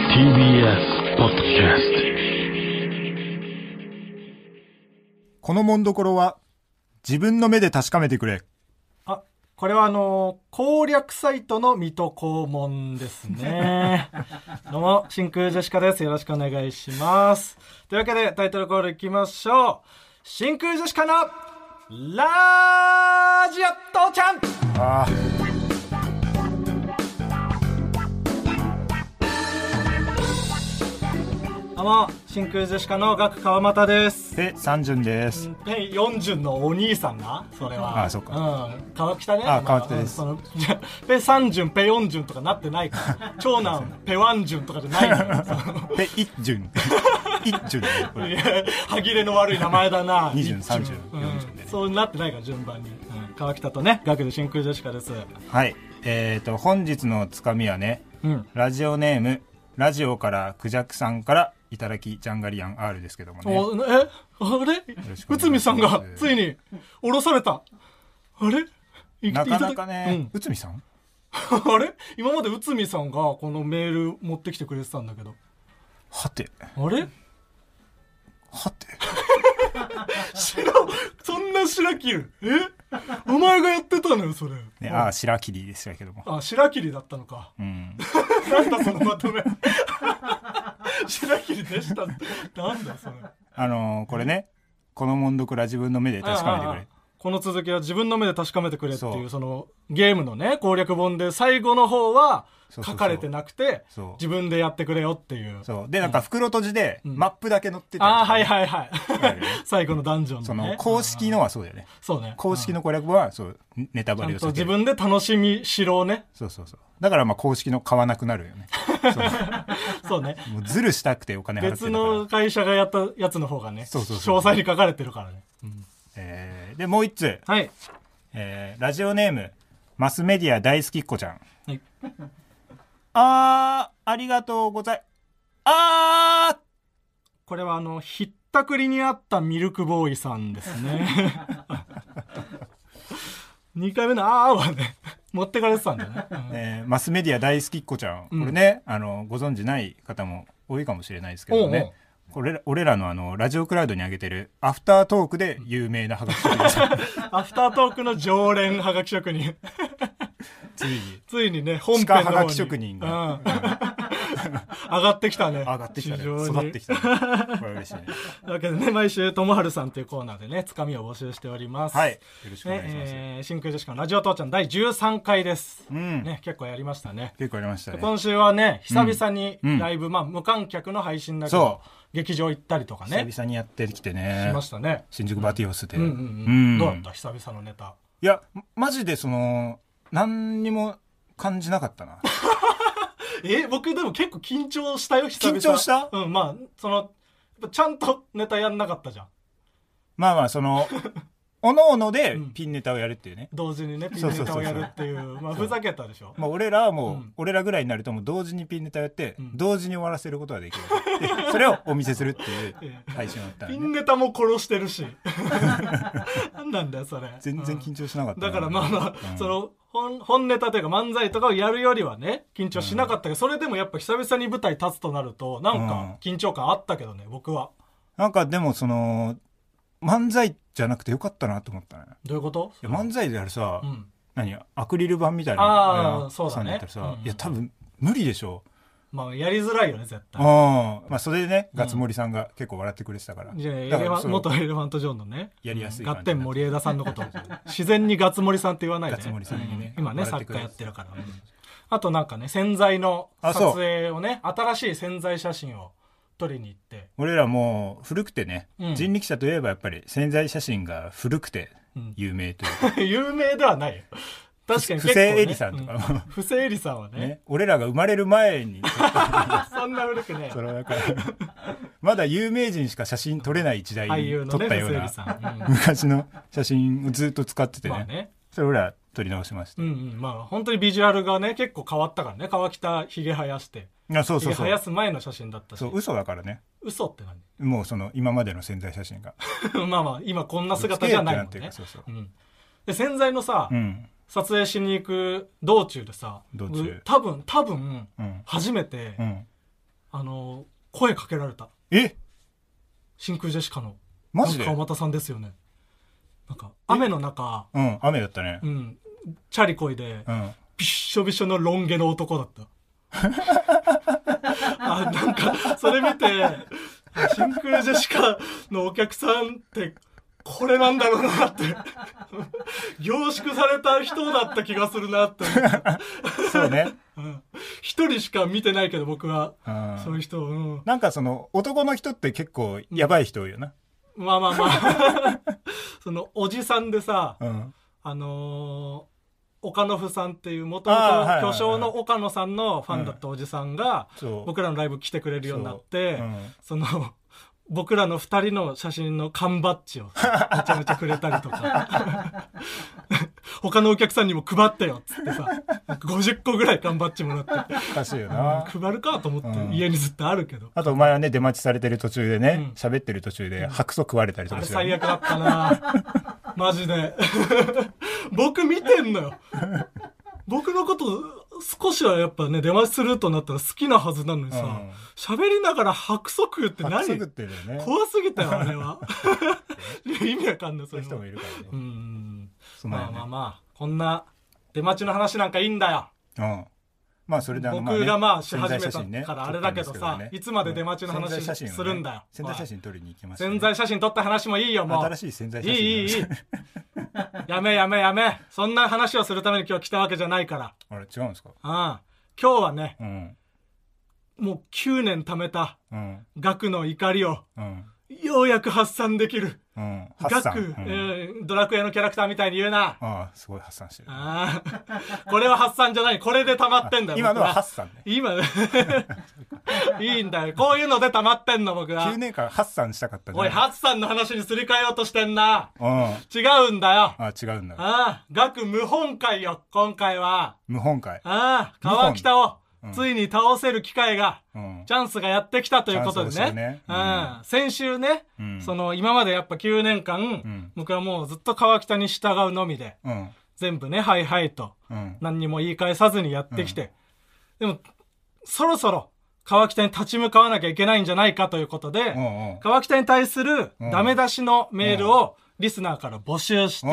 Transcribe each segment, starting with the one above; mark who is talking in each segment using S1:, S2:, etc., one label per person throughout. S1: TBS ポッドキャス
S2: このもんどころは自分の目で確かめてくれ。
S3: あ、これはあのー攻略サイトの水戸黄門ですね。 どうも、真空ジェシカです。よろしくお願いします。というわけで、タイトルコールいきましょう。真空ジェシカのラジオ父ちゃん
S2: ああ。
S3: どうも、真空ジェシカのガク川又です。
S2: で、三順です。
S3: ペン40のお兄さんなそれは
S2: あそっか
S3: うん川北ね
S2: あ
S3: ま
S2: 川北です
S3: そのじゃペ30ペ40とかなってないから 長男ペワン順とかじゃないのよ
S2: で、一順。一順だよこ
S3: い
S2: れ
S3: や 歯切れの悪い名前だな
S2: 20
S3: 一
S2: 30
S3: うん
S2: 40でね
S3: そうなってないから順番に、うん川北とね学で真空ジェシカです
S2: はい。えっ、と、本日のつかみはね、
S3: うん
S2: ラジオネーム、ラジオからクジャクさんからいただき、ジャンガリアン R ですけどもね。
S3: おえあ
S2: ろ
S3: れ
S2: しくお願いします
S3: 内海さんがついに降ろされたあれい
S2: なかなか
S3: いただ
S2: ね
S3: き、
S2: 内海さん
S3: うん あれ今まで内海さんがこのメール持ってきてくれてたんだけど
S2: はて、
S3: あれ
S2: はて。
S3: 白、そんな白切るえお前がやってたのよ、それ。
S2: ね、ああ、白切りでしたけども。
S3: あ、白切りだったのか。
S2: うん。
S3: なんだ、そのまとめ。白切りでした。なんだ、それ。
S2: あのーこれね、このもんどこら自分の目で確かめてく
S3: ああ
S2: れ。
S3: この続きは自分の目で確かめてくれっていう
S2: そう
S3: そのゲームのね攻略本で最後の方は
S2: そ
S3: 書
S2: うそうそう
S3: かれてなくて
S2: そう
S3: 自分でやってくれよっていう
S2: そう。で、なんか袋閉じで、マップだけ載ってた
S3: ああ
S2: やつ
S3: はいはいはい
S2: あるよね
S3: 最後のダンジョン
S2: そ
S3: のね
S2: の、公式のはそうだよね。
S3: そうね
S2: 公式の攻略本は、そう、ネタ
S3: ち
S2: バ
S3: ゃ
S2: レ
S3: ん
S2: を
S3: と
S2: 避け
S3: 自
S2: る。
S3: 分で楽しみしろをね
S2: そうそうそう。だからまあ公式の買わなくなるよ ね。
S3: そうね
S2: もうズルしたくてお金払って
S3: 別
S2: るから
S3: の。会社がやったやつの方がね
S2: そうそうそう
S3: 詳細に書かれてるからね
S2: えーで、もう一つ。
S3: はい、
S2: えーラジオネーム、マスメディア大好きっ子ちゃん。
S3: はい、
S2: あー、ありがとうござい、あー
S3: これはあのひったくりにあったミルクボーイさんです ね2回目の「あー」はね持ってかれてたんだよね、うん
S2: えーマスメディア大好きっ子ちゃん、
S3: ん
S2: これねあのご存知ない方も多いかもしれないですけどね
S3: おうおう
S2: これら俺らのあのラジオクラウドに上げてるアフタートークで有名なハガキ職人さ ん
S3: アフタートークの常連はがき職人
S2: ついに
S3: ついにね本編
S2: 鹿
S3: の
S2: は
S3: 方
S2: が
S3: に
S2: き職人が、
S3: うん上がってきたね
S2: 上がってきたね
S3: 非常に
S2: 育ってきたねこれは嬉 しいね
S3: というわけでね毎週「ともはるさん」というコーナーでねつかみを募集しております
S2: はいよろしくお願いします、
S3: ねえー、真空ジェシカのラジオ父ちゃん第13回です、
S2: うん、
S3: ね、結構やりましたね
S2: 結構やりましたね
S3: 今週はね久々に
S2: うん
S3: ライブ、まあ、無観客の配信だけ
S2: そ
S3: ど劇場行ったりとかね
S2: 久々にやってきて
S3: し
S2: ね
S3: ましたね
S2: 新宿バティオスで、
S3: うんうんうん、
S2: うん
S3: どうだった久々のネタ
S2: いやマジでその何にも感じなかったな
S3: え僕でも結構緊張したよ久々
S2: 緊張した
S3: うんまあそのやっぱちゃんとネタやんなかったじゃん
S2: まあまあそ のおのおのでピンネタをやるっていうね、
S3: 同時にねピ
S2: そ
S3: ン
S2: うそ
S3: ネ
S2: うそうそう
S3: タをやるってい うまあふざけたでしょ
S2: まあ、俺らはもう、
S3: うん
S2: 俺らぐらいになるともう同時にピンネタやって、
S3: ん
S2: 同時に終わらせることができるでそれをお見せするって いう
S3: ええ
S2: 配信をやったら
S3: ピ
S2: ね
S3: ンネタも殺してるし なんなんだよそれ
S2: 全然緊張しなかったな、
S3: だからまあまあ、
S2: うん
S3: その本本ネタというか漫才とかをやるよりはね緊張しなかったけど、それでもやっぱ久々に舞台立つとなるとなんか緊張感あったけどね僕は
S2: なんかでもその漫才じゃなくてよかったなと思ったね
S3: どういうこと
S2: いや漫才でやるさ、
S3: うん
S2: 何アクリル板みたいな
S3: あー
S2: あれ
S3: そうだね
S2: やったらさ、
S3: うん
S2: いや多分無理でしょ
S3: まあやりづらいよね絶
S2: う、
S3: 対
S2: あまあそれでねガツモリさんが結構笑ってくれてたから、
S3: じゃあエレ
S2: だ
S3: フ
S2: から
S3: ァ
S2: そ
S3: ン
S2: う
S3: 元エレファントジョンのね
S2: やりやすい
S3: ガ
S2: 感じ
S3: ッテン森枝さんのことを自然にガツモリさんって言わないで
S2: ガツモリさんにね
S3: うん今ね
S2: 笑って
S3: 作
S2: く
S3: 家
S2: れる
S3: やってるから、あとなんかね洗剤の
S2: あ
S3: 撮
S2: そう
S3: 影をね新しい洗剤写真を撮りに行って
S2: 俺らもう古くてね、
S3: うん
S2: 人力車といえばやっぱり潜在写真が古くて
S3: うん
S2: 有名というか、
S3: 有名ではないよ確かに結
S2: 不
S3: 構、ね、
S2: 正エリさんとか
S3: う不正エリさんは ね
S2: ね、俺らが生まれる前に
S3: そんな古くね
S2: そのなんかまだ有名人しか写真撮れない時代
S3: 俳優
S2: に撮
S3: の
S2: っ
S3: ね
S2: たよう
S3: 不正エ
S2: な、
S3: リさ ん、
S2: 昔の写真をずっと使って
S3: う
S2: て
S3: ん、
S2: ね,、
S3: まあね
S2: それ俺ら撮り直しました
S3: うんうんまあ本当にビジュアルがね結構変わったからね川北ひげ生やして
S2: あそう
S3: ひ
S2: そ
S3: げ
S2: うそ
S3: 生
S2: う
S3: やす前の写真だったし
S2: そう嘘だからね
S3: 嘘って何
S2: もうその今までの潜在写真が
S3: まあまあ今こんな姿じゃないもん
S2: ってな
S3: ね
S2: ってるからそうそう
S3: うんで洗剤のさ、
S2: うん
S3: 撮影しに行く道中でさ
S2: 道中
S3: 多分多分
S2: うん
S3: 初めて
S2: うん
S3: あの声かけられた
S2: え
S3: 真空ジェシカの
S2: マジ
S3: な
S2: で
S3: んか川又さんですよねなんか雨の中
S2: うん、雨だったね
S3: う。んチャリこいで
S2: うん。
S3: びっしょびしょのロン毛の男だった あなんかそれ見て真空ジェシカのお客さんってこれなんだろうなって 凝縮された人だった気がするなって
S2: そうね。
S3: うん一人しか見てないけど僕は
S2: う
S3: そうい
S2: ん。
S3: う人を、うん、
S2: なんかその、男の人って結構やばい人多いよな。
S3: まあまあまあ そのおじさんでさ
S2: うん。
S3: あのー岡野夫さんっていう元
S2: あーはい
S3: 々
S2: はいはい
S3: 巨匠の岡野さんのファンだったおじさんが
S2: そう。
S3: 僕らのライブ来てくれるようになっ
S2: う
S3: て
S2: ん。
S3: そ,、の 僕らの2人の写真の缶バッジを めちゃめちゃくれたりとか 他のお客さんにも配ってよっつってさ50個ぐらい缶バッジもらって
S2: おかしいよな。
S3: 配るかと思って
S2: うん
S3: 家にずっとあるけど。
S2: あとお前はね、出待ちされてる途中でね
S3: うん、
S2: 喋、ってる途中で白素食われたりと
S3: あ
S2: か
S3: れ
S2: してたよ
S3: 最
S2: ね、
S3: 悪だったなマジで 僕見てんのよ僕のこと少しはやっぱね出待ちするとなったら好きなはずなのにさ
S2: うん
S3: 喋、りながら白素食うって
S2: 白
S3: 何
S2: 素食ってるよね。
S3: 怖すぎた よあれは いや意味わかんないそ
S2: そうい
S3: れ
S2: う人
S3: は
S2: もいるからね。
S3: うん
S2: その
S3: まあ
S2: 辺ね
S3: まあまあこんな出待ちの話なんかいいんだよ
S2: うん。まあそれであの、
S3: 僕がまあし
S2: まあね
S3: 始めたからあれだけどさ
S2: 撮ったんですけ
S3: いつまで出待ちの話
S2: うん宣材写真をね
S3: するんだよ
S2: 宣材写真撮りに行きましたね。
S3: 潜在写真撮った話もいいよもう
S2: 新しい宣材写
S3: い
S2: 真。
S3: いいいいいやめやめやめそんな話をするために今日来たわけじゃないから
S2: あれ違うんですか
S3: うん今日はね
S2: うん。
S3: もう9年貯めた
S2: うん。
S3: 額の怒りを
S2: うん。
S3: ようやく発散できる
S2: うん。発散。
S3: 額、
S2: うん
S3: うんドラクエのキャラクターみたいに言うな
S2: ああ、すごい発散してる。
S3: あーこれは発散じゃないこれで溜まってんだよ
S2: 今のは
S3: 僕
S2: ハッサンね。
S3: 今いいんだよこういうので溜まってんの僕は
S2: 9年間ハッサンしたかったじゃ
S3: お
S2: ん
S3: いハッサンの話にすり替えようとしてんな
S2: うん。あ
S3: 違うんだよ
S2: あ、違うんだ。
S3: ああ、学無本会よ、今回は。
S2: 無本会。
S3: ああ、
S2: 無本
S3: 川北を
S2: うん
S3: ついに倒せる機会が、
S2: うん。
S3: チャンスがやってきたということで
S2: チャンスで
S3: ね。
S2: すよね
S3: う
S2: うんん
S3: 先週ね、
S2: うん
S3: その今までやっぱ9年間、
S2: ん
S3: 僕はもうずっと川北に従うのみで、
S2: うん。
S3: 全部ね、はいはいと、
S2: うん。
S3: 何にも言い返さずにやってきて、でも、そろそろ川北に立ち向かわなきゃいけないんじゃないかということで、
S2: うん。うん。
S3: 川北に対する
S2: うん
S3: ダメ出しのメールをリスナーから募集して、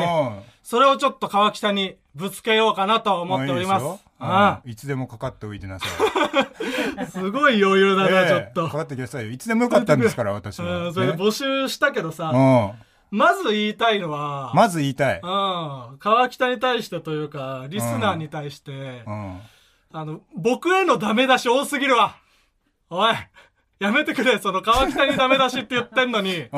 S3: それをちょっと川北にぶつけようかなと思っております。
S2: もういいでよ
S3: あ
S2: うんいつでもかかっておいてなさい。
S3: あすごい余裕だな、
S2: ええ
S3: ちょっと。
S2: かかってくださいよ。いつでもよかったんですから、私は。
S3: うん、それで
S2: ね
S3: 募集したけどさ、
S2: う
S3: まず言いたいのは、
S2: ん。まず言いたい。
S3: うん、川北に対してというか、リスナーに対して、
S2: うん。、
S3: あの、僕へのダメ出し多すぎるわ。おい、やめてくれ、その川北にダメ出しって言ってんのに
S2: うん。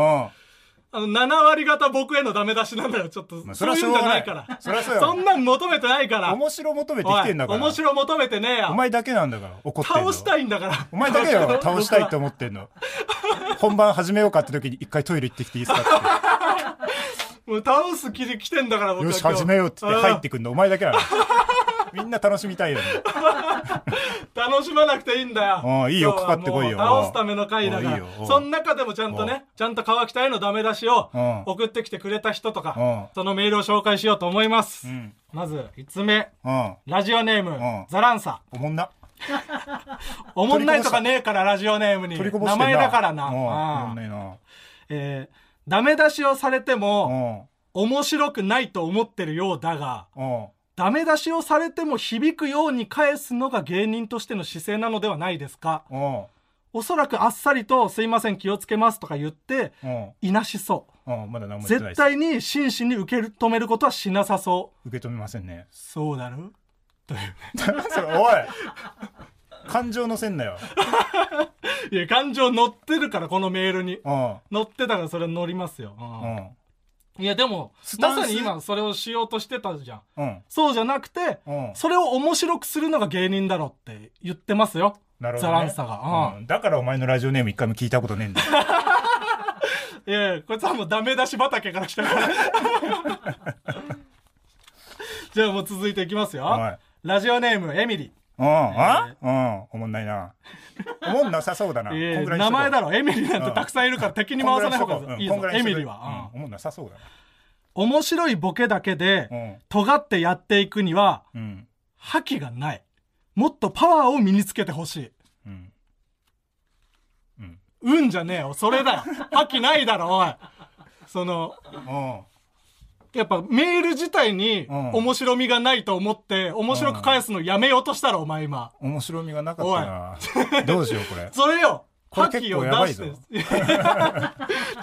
S3: あの、7割方僕へのダメ出しなんだよ、ちょっと。
S2: まあ
S3: そ
S2: そうれはいし
S3: う
S2: ょ
S3: ん
S2: う
S3: じ
S2: が
S3: ゃな
S2: ないい
S3: から。
S2: それはそうよ
S3: んなん求めてないから。
S2: 面白求めてき
S3: お
S2: てんだ
S3: い
S2: から。
S3: 面白求めてねえや。
S2: お前だけなんだから、怒ってんの
S3: 倒したいんだから。
S2: お前だけよ、倒したいと
S3: 思
S2: 思ってんの。本番始めようかって時に一回トイレ行ってきていいですかって。
S3: う。もう倒す気で来てんだから、僕
S2: よ
S3: は今
S2: し
S3: 日。
S2: 始めようっつって入っててくんのお前だけなのみんな楽しみたいよね
S3: 楽しまなくていいんだよ。
S2: うんいいよ
S3: 今日は
S2: かかってこいよ
S3: もう倒すための回だか
S2: うんいいよう
S3: ら。
S2: ん
S3: その中でもちゃんとね、ちゃんと川北へのダメ出しを
S2: うん
S3: 送ってきてくれた人とか
S2: う、ん
S3: そのメールを紹介しようと思います
S2: う。ん
S3: まず、5つ目。
S2: うん
S3: ラジオネーム
S2: ん、
S3: ザランサ。
S2: おもんな
S3: おもんないとかねえから、ラジオネームに。
S2: 取りこぼし
S3: 名
S2: てんな
S3: 前だから
S2: うんお
S3: な
S2: もん
S3: う。
S2: なんいな
S3: えーダメ出しをされて
S2: う
S3: も、
S2: ん
S3: 面白くないと思ってるようだが、
S2: うん
S3: ダメ出しをされても響くように返すのが芸人としての姿勢なのではないですか
S2: うん
S3: おそらくあっさりと「すいません気をつけます」とか言って
S2: うん
S3: いなしそ
S2: うんまだ何
S3: う
S2: も言ってない
S3: 絶
S2: です
S3: 対に真摯に受け止めることはしなさそう
S2: 受け止めませんね
S3: そうだろ
S2: それおい感情のせんなよ
S3: いや感情乗ってるからこのメールに
S2: うん
S3: 乗ってたからそれ乗りますよ、
S2: う
S3: うん
S2: ん
S3: いやでも
S2: スタ
S3: ま
S2: ンス
S3: さに今それをしようとしてたじゃん
S2: うん
S3: そうじゃなくて
S2: うん
S3: それを面白くするのが芸人だろって言ってますよ
S2: なるほど
S3: ザ
S2: ね
S3: ランサが、うん
S2: うんだからお前のラジオネーム一回も聞いたことねえん だよ
S3: いやいや、こいつはもうダメ出し畑から来たから。 じゃあもう続いていきますよ。
S2: はい
S3: ラジオネーム、エミリ。
S2: うんあうんおもんないなおもんなさそうだなこん
S3: えー
S2: ぐらいにし
S3: 名
S2: とこう
S3: 前だろ、エミリなんて
S2: うん
S3: たくさんいるから敵に回さない方がいい
S2: こんぐ
S3: ぞ、
S2: らにしとこ
S3: エ
S2: う
S3: ミリは。
S2: うんおもんなさそうだ
S3: うん面白いボケだけ
S2: な
S3: で、
S2: うん
S3: 尖ってやっていくには、
S2: うん。
S3: 覇気がない。もっとパワーを身につけてほしい。
S2: うん。
S3: うんじゃねえよ。それだよ。覇気ないだろ、おい。その、
S2: うん。
S3: やっぱメール自体に
S2: うん
S3: 面白みがないと思って、面白く返すのやめようとしたろ、お前今。
S2: 面白みがなかったな。 どうしよう、これ。
S3: それよ。
S2: これ
S3: 覇気
S2: 結
S3: を
S2: 構やば
S3: 出
S2: い
S3: し
S2: ぞ
S3: て。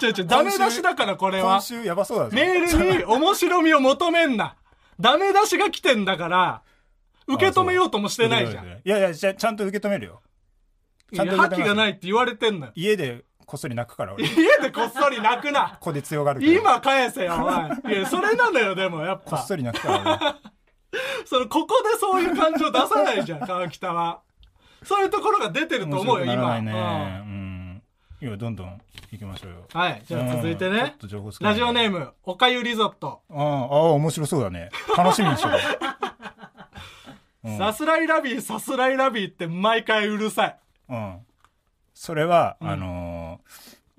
S3: ちょいちょい、ダメ出しだから、これは
S2: 今。週やばそうだぞ。
S3: メールに面白みを求めんな。ダメ出しが来てんだから、受け止めようともしてないじゃん。
S2: いやいや、じゃちゃんと受け止めるよ。ちゃんと
S3: 覇気がない
S2: い。
S3: って言われてんのよ。
S2: 家でこっそり泣くから、俺。こ
S3: 家でこっそり泣くな。
S2: こで強がるけど。
S3: 今返せよ、おい。いや、それなのよ、でも、やっ
S2: こ
S3: ぱ
S2: っ。そり泣くから
S3: その、ここでそういう感情出さない じゃん、川北は。そういうところが出てる
S2: 俺。 面
S3: と思
S2: 白
S3: うよ、
S2: くな
S3: 今。
S2: らないね。
S3: うん
S2: うん。いや、どんどん行きましょうよ。
S3: はい、じゃあ続いて
S2: うんちょ
S3: ね
S2: っ。と情報少ない
S3: ラジオネーム、おかゆリゾット。
S2: ああ、ああ面白そうだね。楽しみにしようん
S3: さすらいラビー、さすらいラビーって毎回うるさい。
S2: う。うん。それは、あの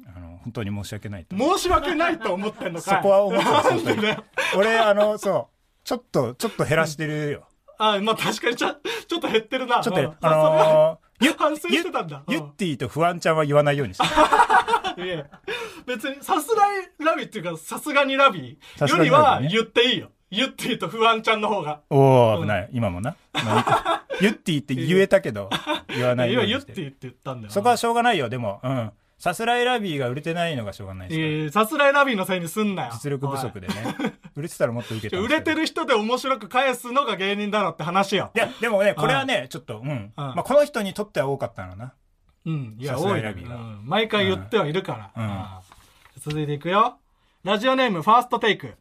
S2: ー、あの、本当に申し訳ないと。
S3: 申し訳ないと思ってんのか
S2: そ
S3: い。
S2: こは思って
S3: なんで だよ
S2: 俺、あの、そう。ちょっと、ちょっと減らしてるよ。
S3: あ、まあ確かにちょ、ちょっと減ってるな。
S2: ちょっ
S3: う
S2: と
S3: ん、
S2: あ
S3: ま
S2: のー、ゆ
S3: それは反省してたんだ。
S2: ゆゆ
S3: う
S2: っ
S3: ん
S2: てぃと不安ちゃんは言わないようにして。
S3: いや別に、さすらいラビっていうか、さすがにラビ
S2: さす
S3: よ
S2: が
S3: り
S2: にラ
S3: は
S2: ビね
S3: 言っていいよ。言っていいと不安ちゃんの方が。
S2: おお危ない。今もな。まあゆっゆってぃって言えたけど、言わないよ
S3: 今
S2: うに
S3: 言っ
S2: して
S3: い
S2: て。
S3: いって言ったんだよ。
S2: そこはしょうがないよ、でも。うん。さすらいラビーが売れてないのがしょうがないですから
S3: えーさすらいラビのせいにすんなよ。
S2: 実力不足
S3: で。
S2: でね。売れてたらもっと受け
S3: ち
S2: た
S3: ょ
S2: ん
S3: 売
S2: ですけど。
S3: れてる人で面白く返すのが芸人だろって話 よ。
S2: いや、でもね、これはね、ちょっと、うん。まあ、この人にとっては多かったのな。
S3: うん、いや、
S2: さす
S3: 多
S2: ら
S3: い
S2: い
S3: よ、
S2: ラ
S3: う
S2: ビが
S3: ん。毎回言ってはいるから。
S2: うん
S3: うん続いていくよ。ラジオネーム、ファーストテイク。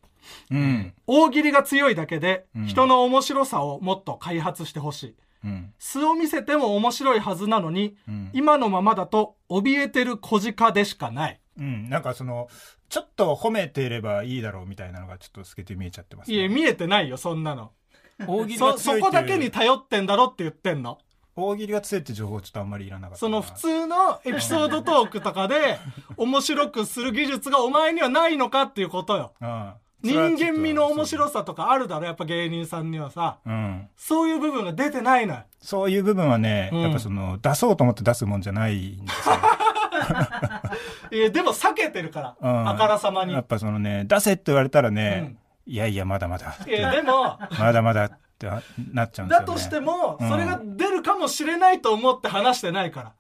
S2: うん。
S3: 大喜利が強いだけで、
S2: うん
S3: 人の面白さをもっと開発してほしい。
S2: うん。
S3: 素を見せても面白いはずなのに、
S2: うん。
S3: 今のままだと怯えてる小鹿でしかない。
S2: うん。なんかその、ちょっと褒めてればいいだろうみたいなのがちょっと透けて見えちゃってます、
S3: い
S2: ね。
S3: や、見えてないよ、そんなの。
S2: 大喜利が
S3: そ、そ
S2: 強いっていう
S3: こだけに頼ってんだろって言ってんの。
S2: 大喜利が強いって情報ちょっとあんまりいらなかった。
S3: その普。通のエピソードトークとかで、面白くする技術がお前にはないのかっていうことよ。
S2: うん。
S3: 人間味の面白
S2: さ。
S3: さとかあるだろ、やっぱ芸人さんにはさ。
S2: うん。
S3: そういう部分が出てないのよ。
S2: そういう部分はね、
S3: うん
S2: やっぱその、出そうと思って出すもんじゃないんですよ。
S3: いやでも避けてるから、
S2: うん
S3: あからさまに。い
S2: やっぱそのね、出せって言われたらね、いやいや、まだまだ。
S3: や、でも、
S2: まだまだってななっちゃうんですよ、
S3: だ
S2: ね。
S3: としても、
S2: うん
S3: それが出るかもしれないと思って話してないから。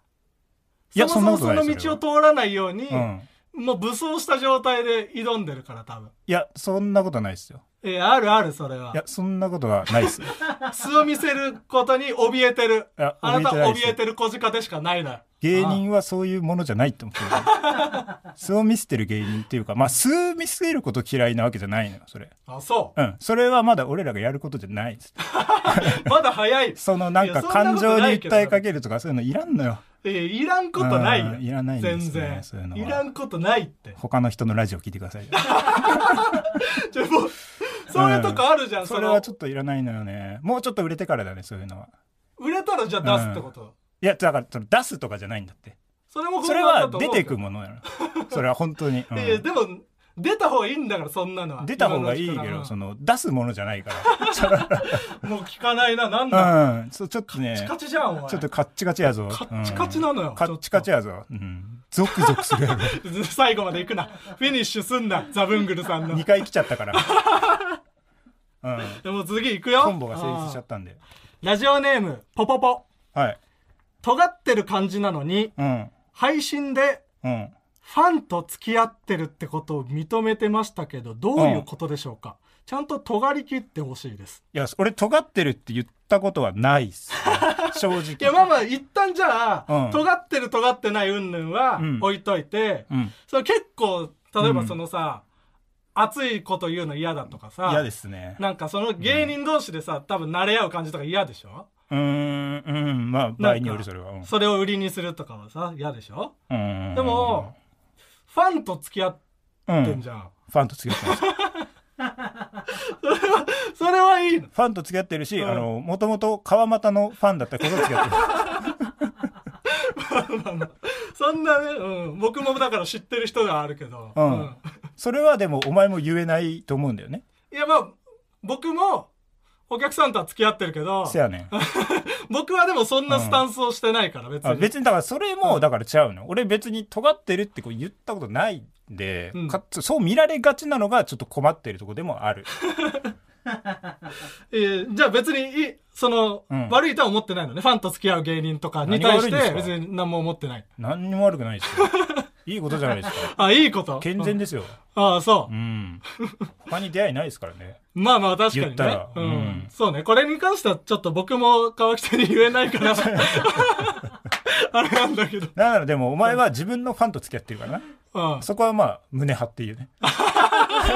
S2: いや
S3: そもそ
S2: そ
S3: も
S2: んな
S3: その
S2: ことない
S3: 道を通らないように、
S2: うん。
S3: もう武装した状態で挑んでるから、多分。
S2: いや、そんなことないですよ。。
S3: えーあるある、それはい
S2: や、そんなことはない ですよ。
S3: 素を見せることに怯えてる。
S2: いや
S3: あなた
S2: 怯えてないです
S3: 怯えてる小鹿でしかないのよ。
S2: 芸人はそういうものじゃないって思って る。素を見せてる芸人っていうか、まあ、素を見せること嫌いなわけじゃないのよ、それ。
S3: あ、そ
S2: うん。それはまだ俺らがやることじゃないです。
S3: う。まだ早い。
S2: そのなん
S3: いや
S2: か
S3: そんな
S2: 感
S3: こと
S2: 情
S3: な
S2: に
S3: いけど
S2: 訴えかけるとかそういうのいらんのよ。
S3: えーいらんことないよ。
S2: うんいらないんですね
S3: 全然
S2: そういうのはい
S3: らんことないって。
S2: 他の人のラジオ聞いてください。
S3: ちょもうそういうとこあるじゃん、
S2: そ
S3: そ
S2: れは
S3: の
S2: ちょっといらないのよね。もうちょっと売れてからだね、そういうのは。
S3: 売れたらじゃあ出すってこと。
S2: いや、だからその出すとかじゃないんだって。
S3: それも
S2: それ
S3: 不安だ
S2: は
S3: と
S2: 出
S3: 思う
S2: て
S3: けど
S2: くものやろ。それは本当に。うん
S3: いやでも出た方がいいんだからそんなのは
S2: 出た方がいいけど、その出すものじゃないか
S3: のもう聞かないななんだ、
S2: ら。うん。そうちょっとね
S3: カ。チカチじゃんお前
S2: ちょっとカッチカチやぞ。
S3: カッチカチなのよ
S2: うんカッチカチやぞ。うん。ゾクゾクする やろ。
S3: 最後まで行くなフィニッシュすんなザブングルさんの
S2: 2回来ちゃったから。うん。
S3: でも次行くよ
S2: コンボが成立しちゃ
S3: あ
S2: ったんで。
S3: ーラジオネームポポポ
S2: はい。
S3: 尖ってる感じなのに
S2: うん。
S3: 配信で
S2: うん。
S3: ファンと付き合ってるってことを認めてましたけどどういうことでしょうか、ちゃんと尖り切ってほしいです
S2: いや、俺尖ってるって言ったことはないっ すね。正直。
S3: いやまあまあ一旦じゃあ、
S2: うん
S3: 尖ってる尖ってない云々は
S2: うん
S3: 置いといて、
S2: うん。
S3: それ結構例えば
S2: うん
S3: そのさ、熱いこと言うの嫌だとかさ
S2: 嫌ですね。
S3: なんかその芸人同士でさ、多分慣れ合う感じとか嫌でしょ
S2: うーん、うん。まあ、場合によるそれは。うん
S3: それを売りにするとかはさ嫌でしょ
S2: うん。
S3: でも、ファンと付き合っ
S2: うん、
S3: てん
S2: フ
S3: じゃん、
S2: ァンと付き合 ってます。
S3: それはいい
S2: フ
S3: の
S2: ァンと付き合ってるし、
S3: うん
S2: あの、もともと川又のファンだったこと付き合って る。
S3: そんなね、うん、僕もだから知ってる人ではあるけど、
S2: うんそれはでもお前も言えないと思うんだよね。
S3: いやまあ僕もお客さんとは付き合ってるけど、
S2: せやねん。
S3: 僕はでもそんなスタンスをしてないから、別
S2: あ
S3: に。
S2: 別にだからそれもだから違うの、俺別に尖ってるってこう言ったことないんで、
S3: うん
S2: かつそう見られがちなのがちょっと困ってるとこでもあ る
S3: えーじゃあ別にいい、その、
S2: うん
S3: 悪いとは思ってないのね。ファンと付き合う芸人とかに対し
S2: 何が悪い
S3: て、
S2: んですか
S3: 別に何も思ってない。
S2: 何にも悪くない ですよいいことじゃないですか
S3: あ、いいこと。
S2: 健
S3: う
S2: 全
S3: ん
S2: ですよ
S3: ああ、 そ
S2: う。
S3: う
S2: ん他に出会いないですからね
S3: まあまあ確かに
S2: 言った
S3: ね
S2: ら。
S3: う
S2: うん
S3: ん。そうね。これに関してはちょっと僕も川北に言えない から。 あれなんだけど。
S2: だからでもお前は自分のファンと付き合ってるからな
S3: うん。
S2: そこはまあ胸張って言うね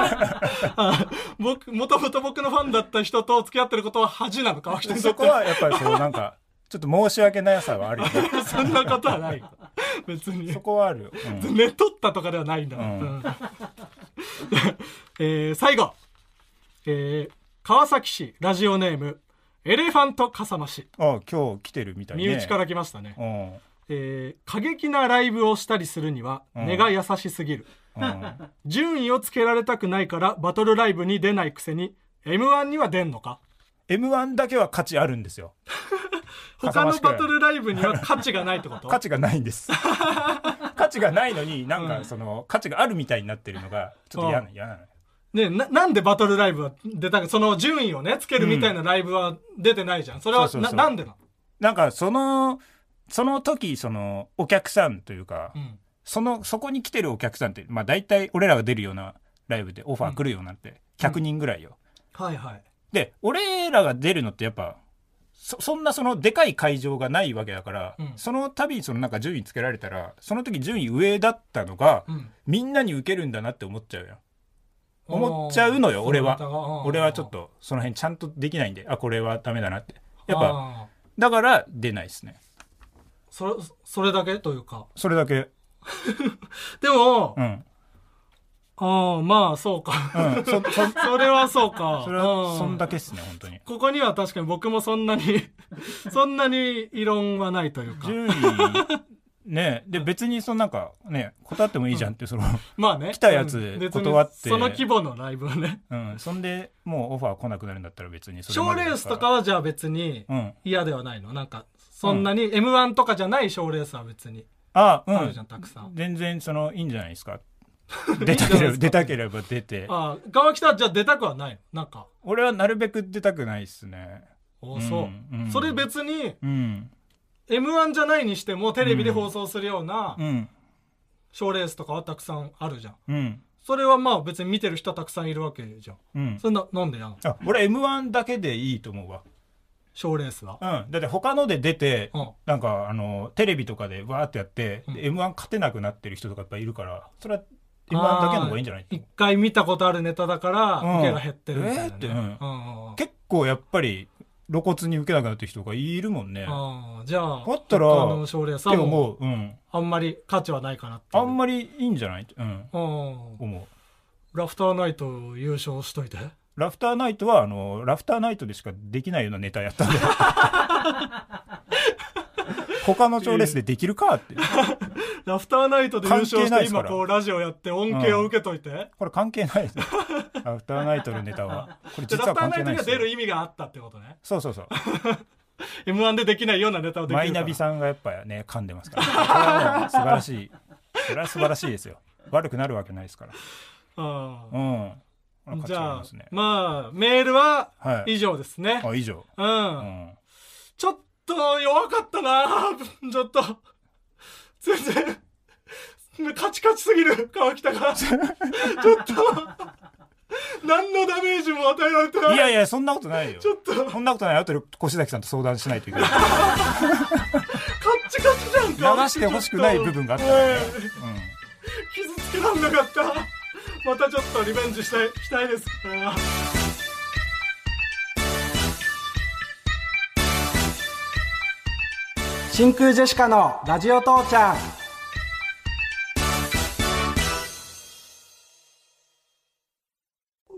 S3: 僕、もともと僕のファンだった人と付き合ってることは恥なの、川北にと
S2: そ
S3: って
S2: こはやっぱりそうなん かちょっと申し訳なさはあるよね
S3: は。そんなことはない。別 に
S2: そ。こはあるよ、うん
S3: 寝取ったとかではないんだ。う
S2: うん
S3: ん えー最後。えー川崎市ラジオネーム、エレファント笠間市。
S2: あ今日来てるみたいね
S3: 身内から来ましたね。
S2: うん、うん、
S3: えー過激なライブをしたりするには、
S2: うん
S3: 根が優しすぎる。 順位をつけられたくないからバトルライブに出ないくせに m 1には出んのか
S2: M1 だけは価値あるんですよ
S3: 他
S2: 笠
S3: の
S2: 間市君
S3: バトルライブには価値がないって こと
S2: 価値がないんです価値がないのになんかその価値があるみたいになってるのがちょっと嫌な嫌なのよ
S3: ねななんでバトルライブは出たかその順位をねつけるみたいなライブは出てないじゃんそれは
S2: そうそうそう
S3: ななんでなの、
S2: なんかそのその時そのお客さんというか、
S3: うん
S2: そのそこに来てるお客さんってまあ大体俺らが出るようなライブでオファー来るようなんて100人ぐらいよ、
S3: はいはい
S2: で俺らが出るのってやっぱそそんなそのでかい会場がないわけだから、
S3: うん
S2: その度そのなんか順位つけられたらその時順位上だったのが、
S3: うん
S2: みんなに受けるんだなって思っちゃうやん思っちゃうのよ
S3: あー
S2: 俺は
S3: その方がうん
S2: 俺はちょっとその辺ちゃんとできないんであこれはダメだなってやっぱ
S3: あー
S2: だから出ないですね
S3: それそれだけというか
S2: それだけ
S3: でも、
S2: うん、
S3: ああまあそうか
S2: うん、そそ
S3: それはそうか
S2: それ
S3: う
S2: は
S3: ん
S2: そんだけっすね本当に
S3: ここには確かに僕もそんなに そんなに異論はないというか
S2: 順位ねで別にそのなんかね断ってもいいじゃんってその、
S3: まあね。
S2: 来たやつ
S3: うん別に
S2: 断って
S3: その規模のライブはね。
S2: うん、そんでもうオファー来なくなるんだったら別にそれ
S3: 賞
S2: まで
S3: レ
S2: だら
S3: ースとかはじゃあ別に
S2: うん
S3: 嫌ではないのなんか、そんなに M1 とかじゃない賞レースは別に
S2: あう
S3: あるじゃん、
S2: ん
S3: たくさん。
S2: 全然そのいいんじゃないです か出
S3: じゃ
S2: た
S3: な
S2: け
S3: いで
S2: れ
S3: すか
S2: ば出たければ出て
S3: ああ、川北はじゃあ出たくはないのなんか、
S2: 俺はなるべく出たくないっすね
S3: おそう、
S2: うんうん
S3: それ別に
S2: うん、
S3: M1 じゃないにしてもテレビで放送するような
S2: うん
S3: 賞レースとかはたくさんあるじゃん。
S2: うん
S3: それはまあ別に見てる人はたくさんいるわけじゃん。
S2: うん
S3: そんな、なんでやん
S2: あ俺 m 1だけでいいと思うわ、
S3: 賞レースは。
S2: うん、だって他ので出て、
S3: うん
S2: なんかあのテレビとかでわーってやって、
S3: うん
S2: m 1勝てなくなってる人とかやっぱいるからそれは m 1だけの方がいいんじゃない
S3: あー一回見たことあるネタだから、
S2: うん
S3: 受けが減ってるみたいな、ね。
S2: えーってうん
S3: うんうん
S2: 結構やっぱり露骨に受けなくなってる人がいるもんね
S3: ああ、じゃあ、
S2: だったら
S3: あの奨励さ
S2: で
S3: ん
S2: も
S3: も、
S2: もう、うん、
S3: あんまり価値はないかなってい
S2: あ
S3: う。
S2: んまりいいんじゃない、うん、
S3: うん。
S2: 思う
S3: ラフターナイト優勝しといて。
S2: ラフターナイトはあのラフターナイトでしかできないようなネタや ったんで他の賞レースでできるかって
S3: ラフターナイトで優勝
S2: 関係
S3: し
S2: ない
S3: て、
S2: ですか
S3: 今
S2: ら
S3: こう、ラジオやって恩恵を受けといて。
S2: これ関係ないです。アフターナイトのネタは。これ
S3: で
S2: 実
S3: ラフ
S2: は
S3: タ
S2: 関
S3: ーナ
S2: 係ない
S3: イトには
S2: です
S3: 出
S2: よ
S3: る。意味があったってことね。
S2: そうそうそう。
S3: M1 でできないようなネタをできる
S2: マイナビさんがやっぱね、噛んでます から。これはもう素晴らしい。それは素晴らしいですよ。悪くなるわけないですから。
S3: ん
S2: う。ん。これは価
S3: じ
S2: 値あり
S3: ゃあ
S2: ますね、
S3: まあ、メールは
S2: はい
S3: 以上ですね。
S2: あ、以上。
S3: うん
S2: う。ん。
S3: ちょっと弱かったなちょっと、全然、カチカチすぎる、川 北が。ちょっと、何のダメージも与えられてない。
S2: いやいや、そんなことないよ。
S3: ちょっと、カッ
S2: そんなことない。あとで越崎さんと相談しないといけ ない。
S3: チカチじゃんか。
S2: 流してほしくない部分があった
S3: ち
S2: か
S3: ょっ
S2: ら
S3: と
S2: ね
S3: ね傷つけらんなかった。またちょっとリベンジしたい、したいです。これは
S4: 真空ジェシカのラジオ父ちゃん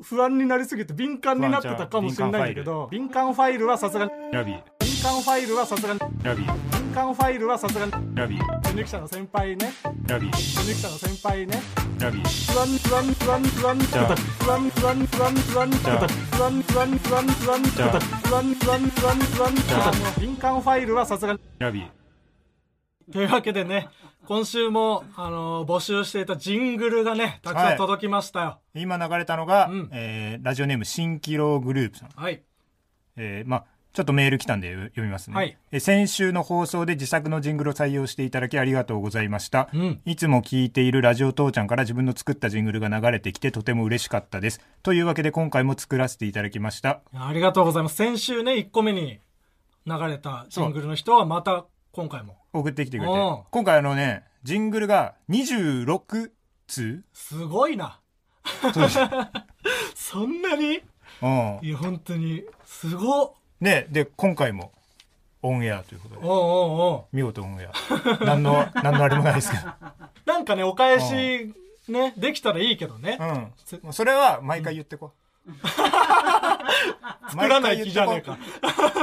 S3: 不安になりすぎて敏感になってたかもしれないんだけど、敏感ファイルはさすがに、
S2: うん。ラビー、
S3: 敏感ファイルはさすがに、
S2: ラビー、
S3: 敏間ファイルはさすがに
S2: ラビー
S3: ミュキさんの先輩ね
S2: ラビー
S3: ミュキさんの先輩ね
S2: ラビー
S3: 不安不安不安不安不安不安不安不安不安不安不安不安不安不安不安不安不安不安不安不安敏感ファイルはさすがに
S2: ラビー
S3: というわけでね今週もあの募集していたジングルがねたくさん届きましたよ
S2: 今流れたのが、
S3: ん
S2: えーラジオネーム新キログループさん、
S3: はい
S2: えーまあちょっとメール来たんで読みますね、
S3: はい
S2: えー先週の放送で自作のジングルを採用していただきありがとうございました、
S3: ん
S2: いつも聞いているラジオ父ちゃんから自分の作ったジングルが流れてきてとても嬉しかったですというわけで今回も作らせていただきました
S3: ありがとうございます先週ね1個目に流れたジングルの人はまた今回も
S2: 送ってきてくれて
S3: うん
S2: 今回あのねジングルが26通
S3: すごいなそんなに
S2: うん
S3: いや本当にすごっ
S2: ねで今回もオンエアということで
S3: おうおうおう
S2: 見事オンエア何の 何のあれもないですけど
S3: なんかね、お返し、ね、できたらいいけどね。
S2: うんもうそれは毎回言ってこう
S3: 作らない気じゃねえか。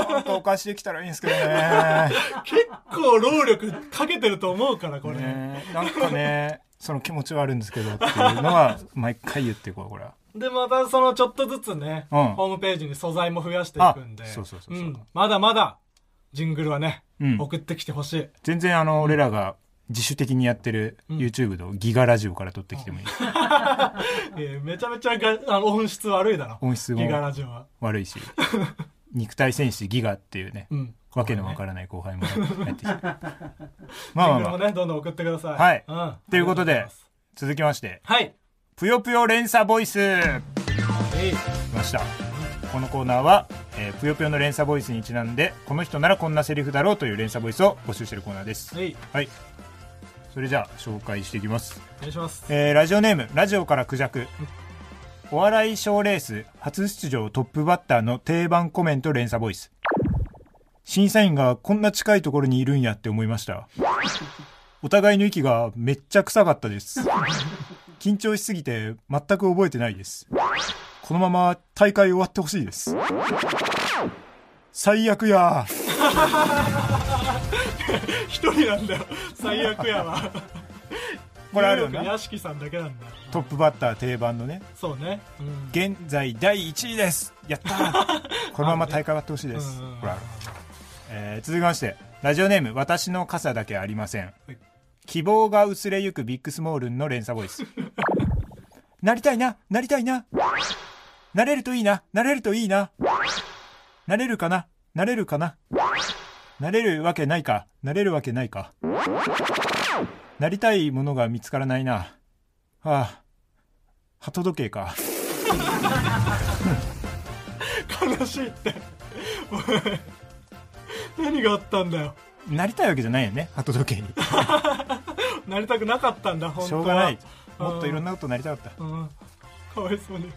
S2: 本当お貸しできたらいいんですけどね
S3: 結構労力かけてると思うから、これ。
S2: ねなんかねその気持ちはあるんですけどっていうのは毎回言ってこうこれは
S3: で、またそのちょっとずつね、
S2: うん
S3: ホームページに素材も増やしていくんで。
S2: あそうそうそうそうん
S3: まだまだ、ジングルはね、
S2: うん
S3: 送ってきてほしい。
S2: 全然あの俺らが自主的にやってる YouTube のギガラジオから撮ってきてもいい、
S3: えーめちゃめちゃがあの音質悪いだろ。
S2: 音質も
S3: ギガラジオは。
S2: 悪いし肉体戦士ギガっていうね、
S3: うん。
S2: わけのわからない後輩もや ってきてまあ
S3: ジ
S2: ま
S3: ン
S2: あ
S3: グル
S2: ま
S3: も
S2: あ
S3: ね、どんどん送ってください。
S2: はい
S3: うん。
S2: ということで
S3: ありがう
S2: 続きまして
S3: ございます
S2: 「ぷよぷよ連鎖ボイス」来
S3: はい。えい
S2: ましたこのコーナーは、えーぷよぷよの連鎖ボイスにちなんでこの人ならこんなセリフだろうという連鎖ボイスを募集しているコーナーです
S3: えい。
S2: はいそれじゃあ紹介していきます
S3: お願い します。
S2: えーラジオネームラジオからクジャクお笑い賞レース初出場トップバッターの定番コメント連鎖ボイス審査員がこんな近いところにいるんやって思いましたお互いの息がめっちゃ臭かったです緊張しすぎて全く覚えてないですこのまま大会終わってほしいです最悪や
S3: 一人なんだよ。最悪やわ。
S2: これあるよ
S3: ニューヨーク
S2: な
S3: 屋敷さんだけなんだよ。
S2: トップバッター定番のね
S3: そうね。うん。
S2: 現在第1位ですやったー このまま大会終わってほしいです
S3: うん
S2: ほら、えー続きましてラジオネーム私の傘だけありません、
S3: い
S2: 希望が薄れゆくビッグスモールンの連鎖ボイ スなりたいななりたいななれるといいななれるといいななれるかななれるかななれるわけないかなれるわけないかなりたいものが見つからないなはあ鳩時計か
S3: 悲しいっておい 何があったんだよ
S2: なりたいわけじゃないよね鳩時計に
S3: なりたくなかったんだ本
S2: しょ
S3: 当は
S2: うがない
S3: うん
S2: もっといろんなことになりたかった、
S3: うん、かわいそうに、うん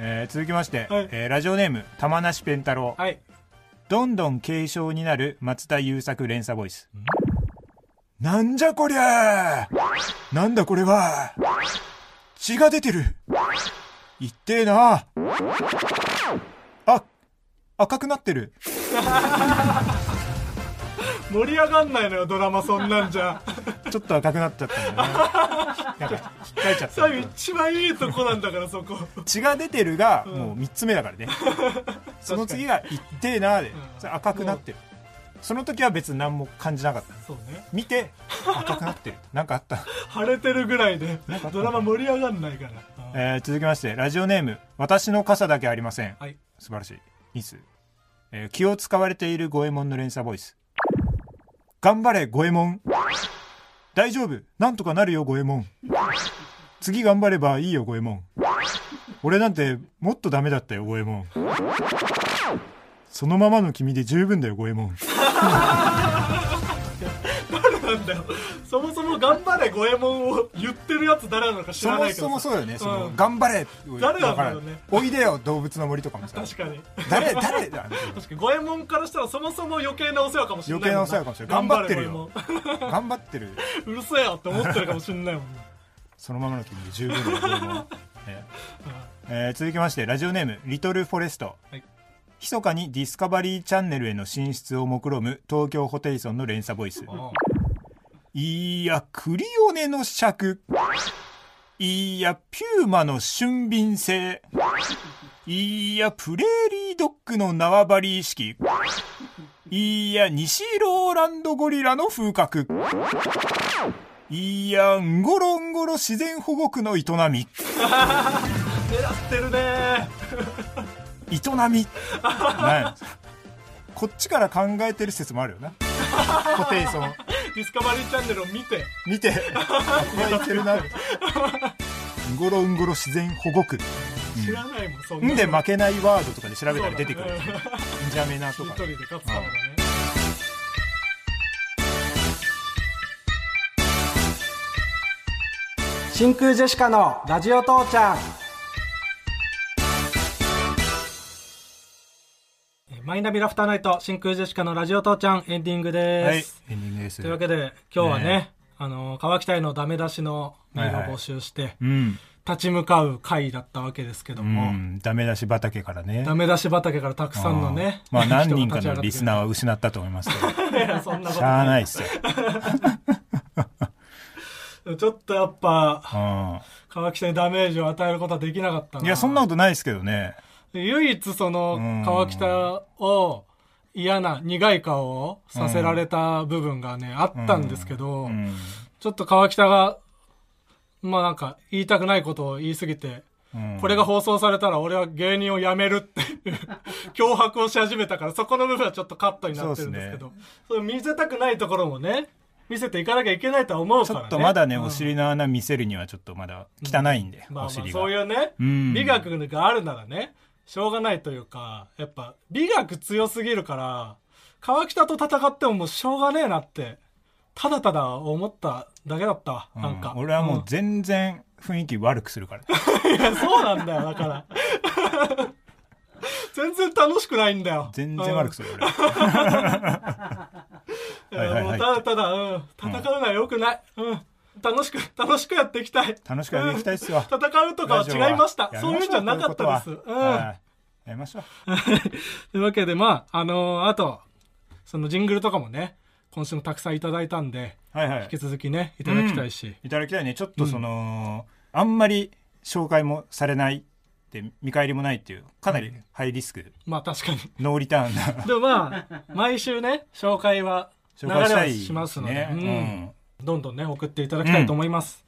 S2: えー続きまして、
S3: はい
S2: えーラジオネーム玉梨ペンタロウ、
S3: はい
S2: どんどん継承になる松田優作連鎖ボイスなんじゃこりゃーなんだこれは血が出てるいってえなあ赤くなってる
S3: 盛り上がんないのよドラマそんなん じゃ
S2: ちょっと赤くなっちゃ ったんだよねなんか引っかいちゃった
S3: 最後一番いいとこなんだからそこ
S2: 血が出てるがもう3つ目だから ね、その次が「いってえな」で
S3: うん
S2: それ赤くなってるその時は別に何も感じなかった
S3: そうね
S2: 見て赤くなってるなんかあった、
S3: 腫れてるぐらいでドラマ盛り上がんないから、うん
S2: えー続きましてラジオネーム「私の傘だけありません」
S3: はい
S2: 素晴らしいいいっす、えー気を使われている五右衛門の連鎖ボイス頑張れ五右衛門大丈夫なんとかなるよ五右衛門次頑張ればいいよ五右衛門俺なんてもっとダメだったよ五右衛門そのままの君で十分だよ五右衛門
S3: 誰なんだよそもそも頑張れ五右衛門を言ってるやつ誰なのか知
S2: そ
S3: らな
S2: も
S3: いけど
S2: そもそうだよね、その
S3: うん
S2: 頑張れ
S3: 誰な
S2: わ
S3: んだろうね
S2: からんおいでよ動物の森とかもさ
S3: 確かに
S2: 誰誰だ
S3: 確かに五右衛門からしたらそもそも余計なお世話かもしれない
S2: 余計なお世話かもしれない頑張ってるよ
S3: 頑張れ五右衛
S2: 頑張ってる
S3: 門うるせえよって思ってるかもしれないもんね
S2: そのままの君で十 分だよ五右衛門えーえー続きましてラジオネームリトルフォレスト、
S3: はい
S2: 密かにディスカバリーチャンネルへの進出を目論む東京ホテイソンの連鎖ボイスいやクリオネの尺いやピューマの俊敏性いやプレーリードッグの縄張り意識いや西ローランドゴリラの風格いやんごろんごろ自然保護区の営み
S3: 狙ってるね
S2: 営みなんやこっちから考えてる説もあるよなホテイソン
S3: ディスカバリーチャンネルを見て
S2: 見 てあこれいけるなうんごろうんごろ自然保護区
S3: 知らないもんそん
S2: ん
S3: な
S2: で
S3: ま
S2: 負けないワードとかで調べたら出てくる
S3: そうだね
S2: んじゃめなと
S3: 一
S2: か
S3: 人で勝つかもね
S4: 真空ジェシカのラジオ父ちゃん
S3: えーマイナビラフターナイト真空ジェシカのラジオ父ちゃんエンディング
S2: は
S3: で
S2: い
S3: す、
S2: エンディングです
S3: というわけで今日はね
S2: ね
S3: あの川北へのダメ出しのメールを募集して、
S2: うん、
S3: 立ち向かう回だったわけですけど
S2: う
S3: も、
S2: ん、ダメ出し畑からね
S3: ダメ出し畑からたくさんのね
S2: うんまあ何人かのリスナーは失ったと思いますけど
S3: ーいや そんなこ
S2: し
S3: と
S2: ゃあ
S3: な
S2: ない
S3: い
S2: っすよ、
S3: ちょっとやっぱ
S2: うん
S3: 川北にダメージを与えることはできなかったない
S2: いや、そんなことないですけどね。
S3: 唯一その
S2: ん
S3: 川北を嫌な苦い顔をさせられた部分がね、あったんですけど、
S2: うん。
S3: ちょっと川北がまあなんか言いたくないことを言いすぎて、
S2: うん
S3: これが放送されたら俺は芸人を辞めるっていう 脅迫をし始めたからそこの部分はちょっとカットになってるんですけどそれ見せたくないところもね見せていかなきゃいけないとは思う
S2: ち
S3: から、
S2: ょ
S3: ね、
S2: っとまだね、
S3: うん
S2: お尻の穴見せるにはちょっとまだ汚いんで、
S3: ま
S2: お
S3: あまあ
S2: 尻が。
S3: そういうね、
S2: うん
S3: 美学があるならねしょうがないというかやっぱ美学強すぎるから川北と戦ってももうしょうがねえなってただただ思っただけだったわ、
S2: うん
S3: なんか
S2: 俺はもう
S3: う
S2: 全然雰囲気悪くするから。
S3: んいやそうなんだよだから 全然楽しくないんだよ
S2: 全然悪くする、俺。
S3: うん
S2: はいはいはい
S3: もうただただ、うん、戦うのはよくない、うん、楽しく楽しくやっていきたい
S2: 楽しくやっていきたいっ すよ。
S3: 戦うとかは違いましたそういうんじゃなかったです
S2: やりましょうこういうこと
S3: うん
S2: ははいやりましょう。
S3: というわけで、まあ、あのーあと、そのジングルとかもね、今週もたくさんいただいたんで、
S2: はいはい
S3: 引き。続きね、いただきたいし。
S2: いただきたいね。ちょっとその、あんまり紹介もされないって、見返りもないっていう、かなりハイリスク、
S3: まあ、確かに。
S2: ノーリターンな
S3: でもまあ、毎週ね、紹介は、 流
S2: 紹介し
S3: れ
S2: た
S3: はいしますので、
S2: ね。うん
S3: うんどんどんね、送っていただきたいと思います。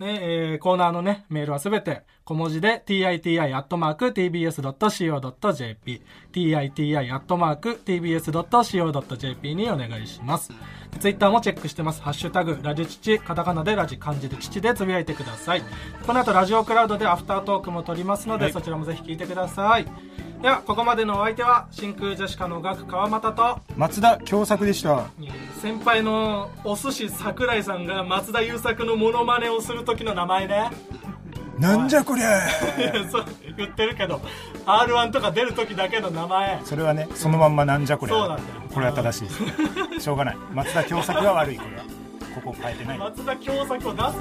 S3: ね、えーコーナーのね、メールはすべて小文字で titi.tbs.co.jp titi.tbs.co.jp にお願いします。ツイッターもチェックしてます。ハッシュタグ、ラジチチ、カタカナでラジ、漢字で父でつぶやいてください。この後ラジオクラウドでアフタートークも撮りますので、
S2: はい
S3: そちらもぜひ聞いてください。では、ここまでのお相手は、真空ジェシカのガク川又と、
S2: 松田京作でした。
S3: 先輩のお寿司桜井さんが松田優作のモノマネをする時の名前ね
S2: なんじゃこりゃ
S3: いや そう言ってるけど r 1とか出る時だけの名前
S2: それはねそのまんまなんじゃこりゃ
S3: そうなんだよ
S2: これは正しいですしょうがない松田京作が悪いこれはここ変えてない
S3: 松田京作を出すな